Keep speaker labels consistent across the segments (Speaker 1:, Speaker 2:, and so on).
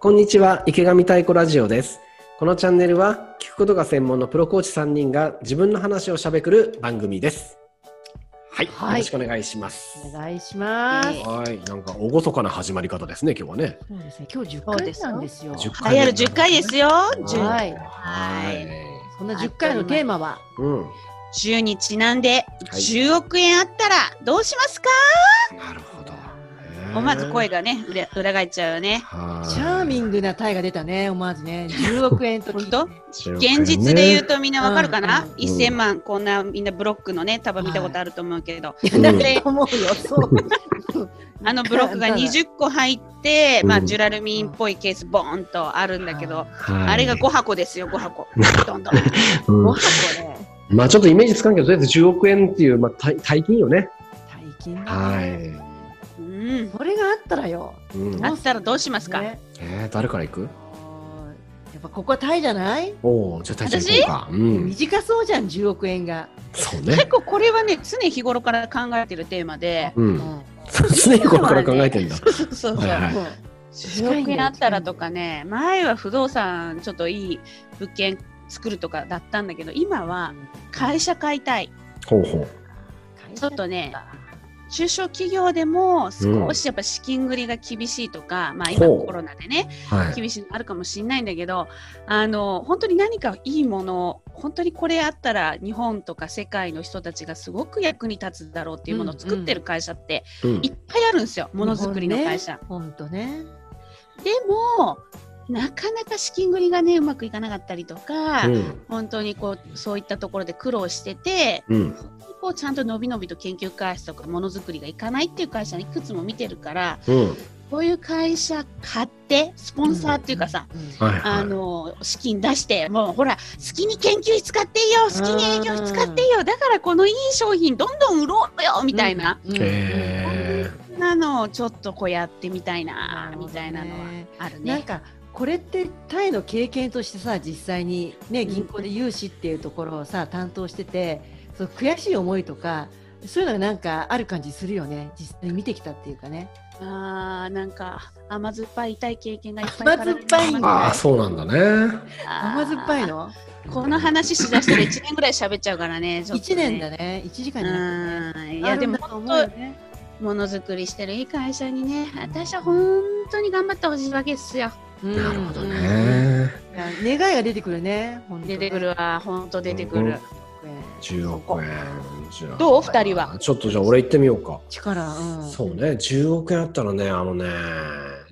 Speaker 1: こんにちは池上太鼓ラジオですこのチャンネルは聞くことが専門のプロコーチ3人が自分の話をしゃべくる番組ですはい、
Speaker 2: はい
Speaker 1: よろしくお願いします
Speaker 2: お願いします。
Speaker 1: はいなんか厳かな始まり方ですね今日はね
Speaker 2: そうですね。今日10
Speaker 3: そうで
Speaker 2: 回
Speaker 3: すよ
Speaker 2: なんですよ。
Speaker 1: 10
Speaker 3: 流行る10回ですよ。
Speaker 2: は
Speaker 3: 10
Speaker 2: い
Speaker 1: はい
Speaker 2: そんな10回のテーマは、
Speaker 1: うん
Speaker 3: 10にちなんで、10億円あったらどうしますか、
Speaker 1: なるほど
Speaker 3: 思わず声がね、裏裏返っちゃうよね。
Speaker 1: はい
Speaker 2: チャーミングなタイが出たね、思わず ね。10億円と聞いてね。
Speaker 3: 本現実で言うとみんなわかるかな、
Speaker 2: うんうん
Speaker 3: ?1000 万、こんなみんなブロックのね、束見たことあると思うけど、
Speaker 2: いや、だと思 うよ、そう。
Speaker 3: あのブロックが20個入って、ま
Speaker 1: う
Speaker 3: あ、
Speaker 1: ん
Speaker 3: ジュラルミンっぽいケース、ボーンとあるんだけど、
Speaker 1: はい
Speaker 3: あれが5箱ですよ、5箱。どんどん。
Speaker 1: うん
Speaker 2: 5箱ね。
Speaker 1: まあちょっとイメージつかんけどとりあえず10億円っていうまあ大大金よね
Speaker 2: 大金だ
Speaker 1: は
Speaker 2: ね。
Speaker 1: い
Speaker 3: うん。
Speaker 2: それがあったらよ。
Speaker 1: うん
Speaker 3: あったらどうしますか、
Speaker 2: ね
Speaker 1: えー、誰から行く
Speaker 2: あーやっぱここはタイじゃない
Speaker 1: おお、じゃあ大ちゃん行こうか。うん。
Speaker 2: 短そうじゃん、10億円が。
Speaker 1: そう
Speaker 3: 結
Speaker 1: ね。
Speaker 3: 構これはね、常日頃から考えてるテーマで、
Speaker 1: うん。常にこれから考えてんだ。
Speaker 3: そうそうそう。
Speaker 1: はいはい
Speaker 3: 10億円あったらとかね、前は不動産、ちょっといい物件作るとかだったんだけど、今は会社買いたい、
Speaker 1: ほうほう。
Speaker 3: ちょっとね、中小企業でも少しやっぱ資金繰りが厳しいとか、まあ今
Speaker 1: ほう
Speaker 3: コロナでね、
Speaker 1: はい。
Speaker 3: 厳しいのあるかもしれないんだけど、あの、本当に何かいいもの、本当にこれあったら日本とか世界の人たちがすごく役に立つだろうっていうものを作ってる会社って
Speaker 1: うん
Speaker 3: いっぱいあるんですよ、ものづくりの会社。
Speaker 2: ほんとね。
Speaker 3: でもなかなか資金繰りがねうまくいかなかったりとか、
Speaker 1: うん。
Speaker 3: 本当にこうそういったところで苦労してて
Speaker 1: うん。
Speaker 3: こうちゃんと伸び伸びと研究開発とかものづくりがいかないっていう会社にいくつも見てるから
Speaker 1: うん。
Speaker 3: こういう会社買ってスポンサーっていうかさ、
Speaker 2: ん。
Speaker 1: はい
Speaker 3: あ
Speaker 1: は
Speaker 3: の資金出してもうほら好きに研究費使っていいよ好きに営業費使っていいよだからこのいい商品どんどん売ろうよみたいな、
Speaker 2: うん。
Speaker 1: い。へ
Speaker 3: なのをちょっとこうやってみたいな
Speaker 2: なるほ
Speaker 3: み
Speaker 2: どね
Speaker 3: たいなのはあるね。
Speaker 2: なんかこれってタイの経験としてさ実際に、ね、
Speaker 3: ん
Speaker 2: 銀行で融資っていうところをさ担当しててそう悔しい思いとかそういうのがなんかある感じするよね実際に見てきたっていうかね。
Speaker 3: あーなんか甘酸っぱい痛い経験がいっぱい
Speaker 2: 甘酸っぱい
Speaker 1: ー
Speaker 2: ん
Speaker 3: 体に
Speaker 1: あ
Speaker 2: だ
Speaker 1: あ、そうなんだね。
Speaker 2: 甘酸っぱいの
Speaker 3: この話しだしたら1年ぐらい喋っちゃうからねちょっと
Speaker 2: 1
Speaker 3: ね
Speaker 2: 年だね1時間になってね。
Speaker 3: うんいやでも
Speaker 2: ある
Speaker 3: 本
Speaker 2: んだと思うよ
Speaker 3: 当
Speaker 2: ね
Speaker 3: ものづくりしてるいい会社にね私は本当に頑張ってほしいわけですよ
Speaker 2: うん
Speaker 1: なるほどね。
Speaker 2: うんいや願いが出てくるね本当ね
Speaker 3: 出てくるわ本当出てく
Speaker 1: う
Speaker 3: る
Speaker 1: ん10億円。じゃあ
Speaker 3: どう二人は。
Speaker 1: ちょっとじゃあ俺行ってみようか。
Speaker 2: 力、うん、
Speaker 1: そうね、10億円あったらね、あのね、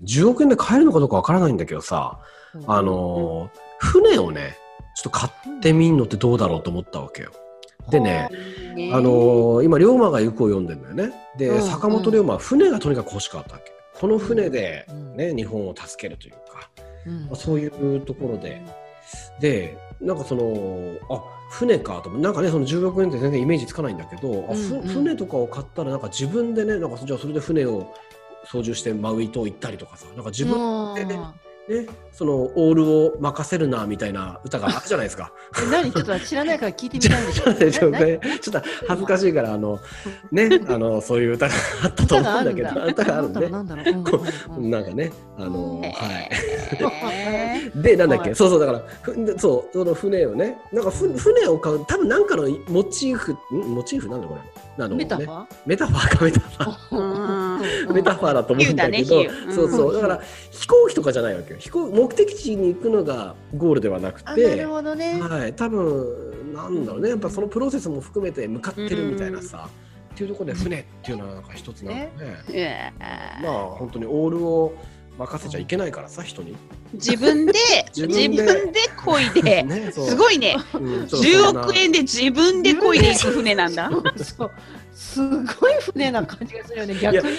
Speaker 1: 10億円で買えるのかどうかわからないんだけどさ、
Speaker 2: うん
Speaker 1: あのー、船をね、ちょっと買ってみんのってどうだろうと思ったわけよ。でね、
Speaker 3: ね
Speaker 1: あのー今龍馬が行くを読んでんだよねで、
Speaker 2: うん
Speaker 1: 坂本龍馬は船がとにかく欲しかったわけこの船で
Speaker 2: う、ん
Speaker 1: ね日本を助けるというか、
Speaker 2: うん
Speaker 1: まあそういうところででなんかそのあ船かと思ってなんかねその10億円って全然イメージつかないんだけど、あふ
Speaker 2: うんうん
Speaker 1: 船とかを買ったらなんか自分でねなんかじゃあそれで船を操縦してマウイ島行ったりとかさなんか自分でね
Speaker 2: うん
Speaker 1: で、そのオールを任せるなみたいな歌があるじゃないですか。
Speaker 2: え何ちょっと知らないから聞いてみたいんですけ ど
Speaker 1: ちょっと
Speaker 2: なな
Speaker 1: ねちょっと恥ずかしいからあの ねあのそういう歌があったと
Speaker 2: 歌
Speaker 1: 思
Speaker 2: が
Speaker 1: う
Speaker 2: あ
Speaker 1: ん
Speaker 2: る
Speaker 1: だけ
Speaker 2: んだ。
Speaker 1: ど歌があるんで
Speaker 2: なんだろううん
Speaker 1: こ
Speaker 2: うんうん
Speaker 1: なんかねあの
Speaker 2: うん
Speaker 1: はい
Speaker 3: えー
Speaker 1: でなんだっ
Speaker 2: は
Speaker 1: け
Speaker 2: い
Speaker 1: そうそうだからふでそうその船をねなんかふ船を買う多分なんかのモチーフんモチーフなんだこれあの
Speaker 2: メタフ
Speaker 1: ね
Speaker 2: ァ
Speaker 1: メタファーかメタファー
Speaker 3: うん
Speaker 2: ー
Speaker 1: メタファーだと思うんだけど
Speaker 3: 比喩だね比喩
Speaker 1: そうそううんだから飛行機とかじゃないわけよ飛行目的地に行くのがゴールではなく
Speaker 2: あ、な
Speaker 1: て
Speaker 2: るほどね。
Speaker 1: はい、多分なんだろうねやっぱそのプロセスも含めて向かってるみたいなさ、っていうところで船っていうのはなんか一つなんかね
Speaker 3: え
Speaker 1: ま
Speaker 3: ー
Speaker 1: あ本当にオールを任せちゃいけないからさ人に。
Speaker 3: 自分で
Speaker 1: 自
Speaker 3: 自
Speaker 1: 分で
Speaker 3: 分でこいで
Speaker 1: ね、そう
Speaker 3: すごいね
Speaker 1: うんそうそん
Speaker 3: 10
Speaker 1: な
Speaker 3: 億円で自分でこいでいく船なんだ
Speaker 2: そう、すごい船な感じがするよね。逆に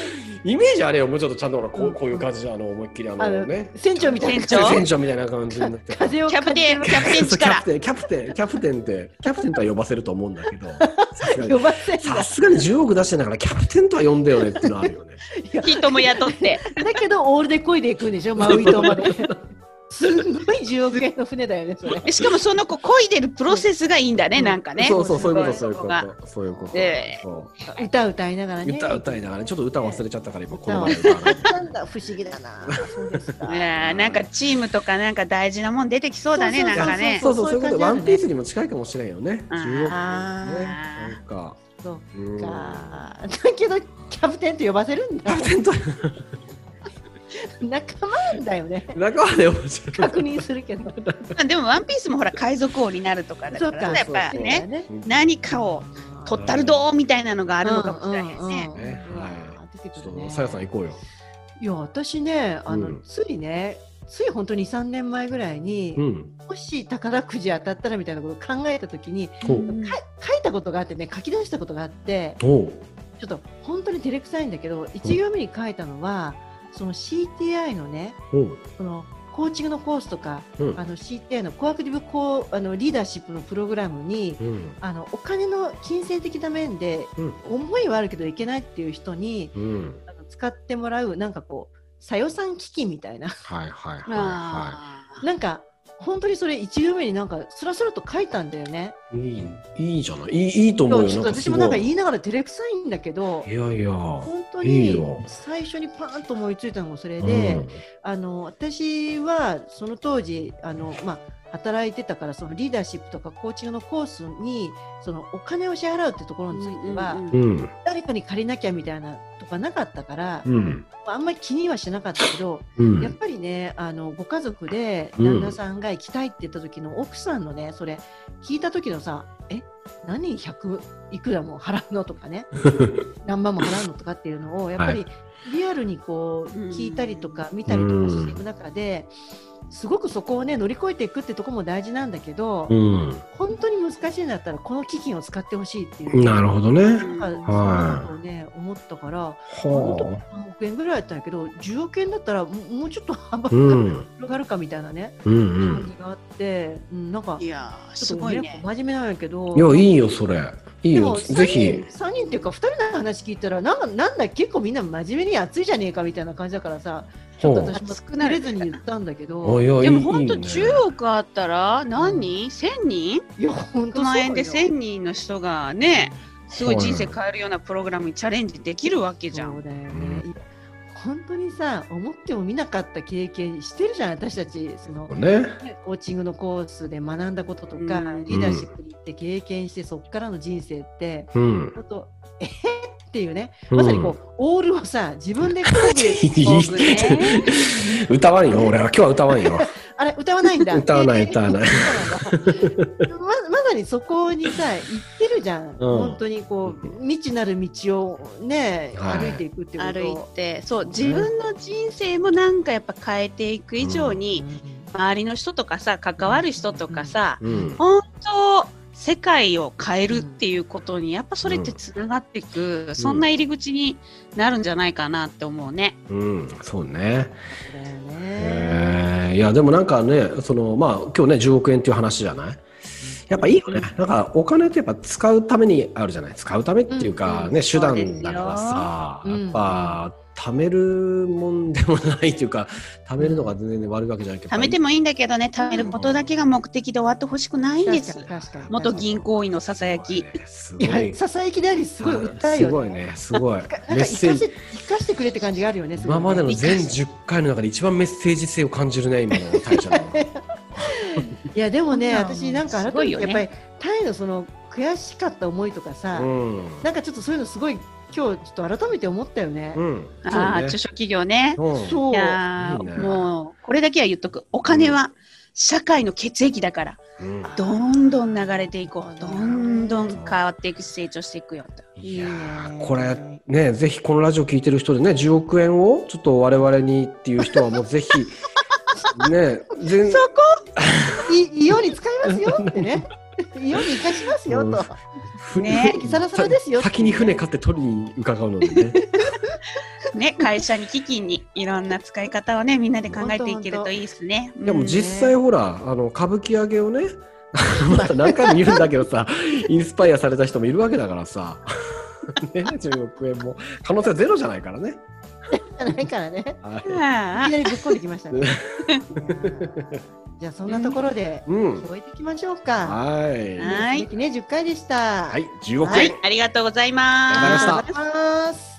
Speaker 1: イメージあれよもうちょっとちゃんとほらこうこういう感じであの思いっきりあ
Speaker 2: あ
Speaker 1: の
Speaker 2: の
Speaker 1: ね
Speaker 2: 船長みたいな
Speaker 3: 船長
Speaker 1: 船長みたいな感じになって
Speaker 2: 風を
Speaker 3: キャプテン、キャプテン
Speaker 1: そうキャ
Speaker 3: 力
Speaker 1: プ。テンキャプテンキャプテンってキャプテンとは呼ばせると思うんだけどさ すが
Speaker 2: 呼
Speaker 1: に
Speaker 2: ばせんだ
Speaker 1: さ。すがに10億出してんだからキャプテンとは呼んでよねっていうのはあるよね。
Speaker 3: 人も雇って。
Speaker 2: だけどオールで漕いでいくんでしょ、マウイ島まで。すんごい10億円の船だよね、それ。
Speaker 3: えしかもその子漕いでるプロセスがいいんだね、
Speaker 2: うん
Speaker 3: なんかね。
Speaker 1: そうそう、そういうこと、
Speaker 3: す
Speaker 1: そう
Speaker 3: ご
Speaker 1: いうこ。
Speaker 3: そこと
Speaker 1: そういうこと。
Speaker 3: ええ
Speaker 1: そう
Speaker 2: 歌歌いながらね。
Speaker 1: 歌歌いながらね、ちょっと歌忘れちゃったから、今、この場
Speaker 2: 歌
Speaker 1: で
Speaker 2: を
Speaker 1: 歌わない。
Speaker 2: なんだ、不思議だな。そうですか。
Speaker 3: ねえなんかチームとかなんか大事なもん出てきそうだね、
Speaker 2: そう
Speaker 3: な
Speaker 2: そ
Speaker 3: ん
Speaker 2: う
Speaker 3: かね。
Speaker 1: そうそう、そういう
Speaker 2: そう
Speaker 1: こと、
Speaker 2: そういう感じあ
Speaker 1: ワ
Speaker 2: るね
Speaker 1: ンピースにも近いかもしれんよね。
Speaker 3: あー
Speaker 1: 中国。ね、なんか。
Speaker 2: そう
Speaker 1: うん
Speaker 2: か。だけど、キャプテンと呼ばせるんだ
Speaker 1: パ。テント。
Speaker 2: 仲間なんだよね。
Speaker 1: 仲間で面白い。
Speaker 2: 確認する けど。
Speaker 3: まあでもワンピースもほら海賊王になるとかだ
Speaker 2: そう
Speaker 3: か
Speaker 2: か。
Speaker 3: ら、ね、やっぱ
Speaker 2: そうだよ
Speaker 3: ね。何かを取ったるどーみたいなのがあるのかもしれないです
Speaker 2: う
Speaker 3: ね。
Speaker 2: んうんうん
Speaker 1: ねはい
Speaker 2: あー出て
Speaker 1: ち
Speaker 2: く
Speaker 1: ょ
Speaker 2: る
Speaker 1: っと
Speaker 2: ね
Speaker 1: さやさん行こうよ。
Speaker 2: いや私ねあの、
Speaker 1: うん
Speaker 2: ついねつい本当に3年前ぐらいに、
Speaker 1: うん。
Speaker 2: もし宝くじ当たったらみたいなことを考えた時に
Speaker 1: ほ
Speaker 3: う
Speaker 1: う。
Speaker 3: ん
Speaker 2: か書いたことがあってね書き出したことがあって
Speaker 1: ほう。
Speaker 2: ちょっと本当に照れくさいんだけど1行目に書いたのはその CTI のね
Speaker 1: ほう。
Speaker 2: そのコーチングのコースとか
Speaker 1: うん
Speaker 2: あ。の CTI のコアクティブコーあのリーダーシップのプログラムに
Speaker 1: うん。
Speaker 2: あのお金の金銭的な面で
Speaker 1: うん。
Speaker 2: 思いはあるけどいけないっていう人に
Speaker 1: うん。
Speaker 2: あの使ってもらうなんかこうさ予算基金みたいな
Speaker 1: はいはいはいは
Speaker 3: あー
Speaker 2: なんか本当にそれ1行目になんかスラスラと書いたんだよね。
Speaker 1: い。いい、いいじゃない。いい、いいと思うよ。
Speaker 2: ちょっと私もなんか言いながら照れくさいんだけど
Speaker 1: いやいや。
Speaker 2: 本当
Speaker 1: いい
Speaker 2: に
Speaker 1: よ
Speaker 2: 最初にパーンと思いついたのもそれで、あの私はその当時あの、まあ、働いてたからそのリーダーシップとかコーチングのコースにそのお金を支払うってところについては、
Speaker 3: うんうん
Speaker 1: う
Speaker 3: うん
Speaker 1: ん。
Speaker 2: 誰かに借りなきゃみたいなとかなかったから、
Speaker 1: うん。
Speaker 2: あんまり気にはしなかったけど、
Speaker 1: うん。
Speaker 2: やっぱりねあのご家族で
Speaker 1: うん
Speaker 2: 旦那さんが行きたいって言った時の奥さんのねそれ聞いた時のさえ何100いくらも払うのと かね何万も払うのとかっていうのをやっぱりリアルにこう
Speaker 3: うん
Speaker 2: 聞いたりとか見たりとかしていく中で。すごくそこをね乗り越えていくってとこも大事なんだけど、
Speaker 1: うん。
Speaker 2: 本当に難しいんだったらこの基金を使ってほしいっていう
Speaker 1: なるほどね。
Speaker 2: なんかそんなことをね思ったから、
Speaker 1: は
Speaker 2: 3億円ぐらいだったんやけど10億円だったらもうもうちょっと
Speaker 1: あ。
Speaker 2: 幅
Speaker 1: う
Speaker 2: が
Speaker 1: ん。
Speaker 2: 広がるかみたいなね、
Speaker 1: うんう
Speaker 2: 感
Speaker 1: ん。
Speaker 2: じがあって、うん、なんか
Speaker 3: いやー
Speaker 2: ち
Speaker 3: す
Speaker 2: ょっと
Speaker 3: ご
Speaker 2: ね
Speaker 3: いね。
Speaker 2: 真面目なんやけど
Speaker 1: いや、いいよ、それ。いい
Speaker 2: で
Speaker 1: よ。
Speaker 2: も
Speaker 1: ぜひ。
Speaker 2: 3人3人っていうか2人の話聞いたらなんかなんだ結構みんな真面目に熱いじゃねえかみたいな感じだからさちょっと
Speaker 1: ほう
Speaker 2: 私も
Speaker 3: 熱くな
Speaker 2: 作れ
Speaker 3: る
Speaker 2: ずに言ったんだけ
Speaker 1: あ
Speaker 2: ど
Speaker 1: いや
Speaker 3: でも
Speaker 1: いい
Speaker 3: 本当
Speaker 1: いいね
Speaker 3: 10億あったら何人 ?1000 人
Speaker 2: いや本当そ
Speaker 3: ?100
Speaker 2: う
Speaker 3: 万
Speaker 2: よ
Speaker 3: 円で1000人の人がね、すごい人生変えるようなプログラムにチャレンジできるわけじゃ。
Speaker 2: そうんだよね、いや本当にさ思ってもみなかった経験してるじゃん私たちその
Speaker 1: ね。
Speaker 2: コーチングのコースで学んだこととか、
Speaker 3: うん
Speaker 2: リーダーシップに行って経験してそこからの人生って
Speaker 1: うん。
Speaker 2: 本当え ーっていうね
Speaker 1: うん
Speaker 2: まさにこう、オールをさ自分でこぐ
Speaker 3: そうね
Speaker 1: 歌わんよ、俺は。今日は歌わんよ。
Speaker 2: あれ歌わないんだ
Speaker 1: 歌わない歌わない
Speaker 2: ままさにそこにさ行ってるじゃん、本当にこう未知なる道をね、
Speaker 1: はい
Speaker 2: 歩いていくっていうこと
Speaker 3: 歩いてそう自分の人生もなんかやっぱ変えていく以上に、周りの人とかさ関わる人とかさ、
Speaker 1: うん。
Speaker 3: 本当世界を変えるっていうことにやっぱそれってつながっていく、そんな入り口になるんじゃないかなって思うね。
Speaker 1: うん。そうね。
Speaker 2: だよね
Speaker 1: えーいや、でもなんかね、その、まあ、今日ね、10億円っていう話じゃないやっぱいいよね。なんか、お金ってやっぱ使うためにあるじゃない使うためっていうか、
Speaker 2: うん
Speaker 1: ね、手
Speaker 3: そうですよ
Speaker 1: 段だからさ、
Speaker 2: うん
Speaker 1: やっぱ、貯めるもんでもないっていうか、貯めるのが全然悪いわけじゃないけど。
Speaker 3: 貯めてもいいんだけどね貯めることだけが目的で終わってほしくないんです
Speaker 2: 確。かに確かに
Speaker 3: 元銀行員のささやき。
Speaker 1: す
Speaker 2: い
Speaker 1: ごい。
Speaker 2: やささやきでありすごい訴え
Speaker 1: す
Speaker 2: よ
Speaker 1: ご
Speaker 2: ね
Speaker 1: いね、すごい。
Speaker 2: なんか
Speaker 1: メッセー
Speaker 2: 生
Speaker 1: ジ。
Speaker 2: かして生かしてくれって感じがあるよね。すごい
Speaker 1: 今
Speaker 2: ね
Speaker 1: までの全10回の中で一番メッセージ性を感じるね、今の大ちゃんの。
Speaker 2: いやでもね、
Speaker 3: うん
Speaker 2: 私なんか
Speaker 3: すご
Speaker 2: 改
Speaker 3: い
Speaker 2: め
Speaker 3: よ
Speaker 2: てやっ
Speaker 3: ね
Speaker 2: ぱりタイのその悔しかった思いとか さ、
Speaker 1: うん。
Speaker 2: なんかちょっとそういうのすごい今日ちょっと改めて思ったよね
Speaker 1: う。ん。
Speaker 3: ああ中小企業ね。
Speaker 1: そうねうん
Speaker 2: そう
Speaker 3: いや
Speaker 1: い
Speaker 3: ー
Speaker 1: いね
Speaker 3: もうこれだけは言っとくお金は社会の血液だから
Speaker 1: うん
Speaker 3: どんどん流れていこうどんどん変わっていくし成長していくよと。
Speaker 1: いや
Speaker 2: いい
Speaker 1: ー
Speaker 2: ね
Speaker 1: これねぜひこのラジオ聞いてる人でね10億円をちょっと我々にっていう人はもうぜひ ね全
Speaker 3: そ
Speaker 2: い いように使いますよってね。 いいように生かしますよと。
Speaker 1: ふ
Speaker 3: ね
Speaker 1: ふ
Speaker 2: サラサラですよ
Speaker 1: さ先に船買って取りに伺うのでね
Speaker 3: こね会社に基金にいろんな使い方をねみんなで考えていけるといいですね。
Speaker 1: でも
Speaker 3: うん
Speaker 1: 実際ほらあの歌舞伎揚げをね また何回も言うんだけどさインスパイアされた人 もいるわけだからさね10億円も可能性はゼロじゃないからね
Speaker 2: じゃないからね。
Speaker 1: はい
Speaker 3: あ
Speaker 2: き
Speaker 3: あ
Speaker 2: なりぶっこんできましたね。いやー じゃあそんなところで
Speaker 1: うん。
Speaker 2: 終えていきましょうか。
Speaker 1: はい。
Speaker 3: はい
Speaker 2: 記念すべきね10回でした。
Speaker 1: はい、10億円。
Speaker 3: はい、ありがとうございます。
Speaker 1: ありがとうございました
Speaker 2: ありがとうございます。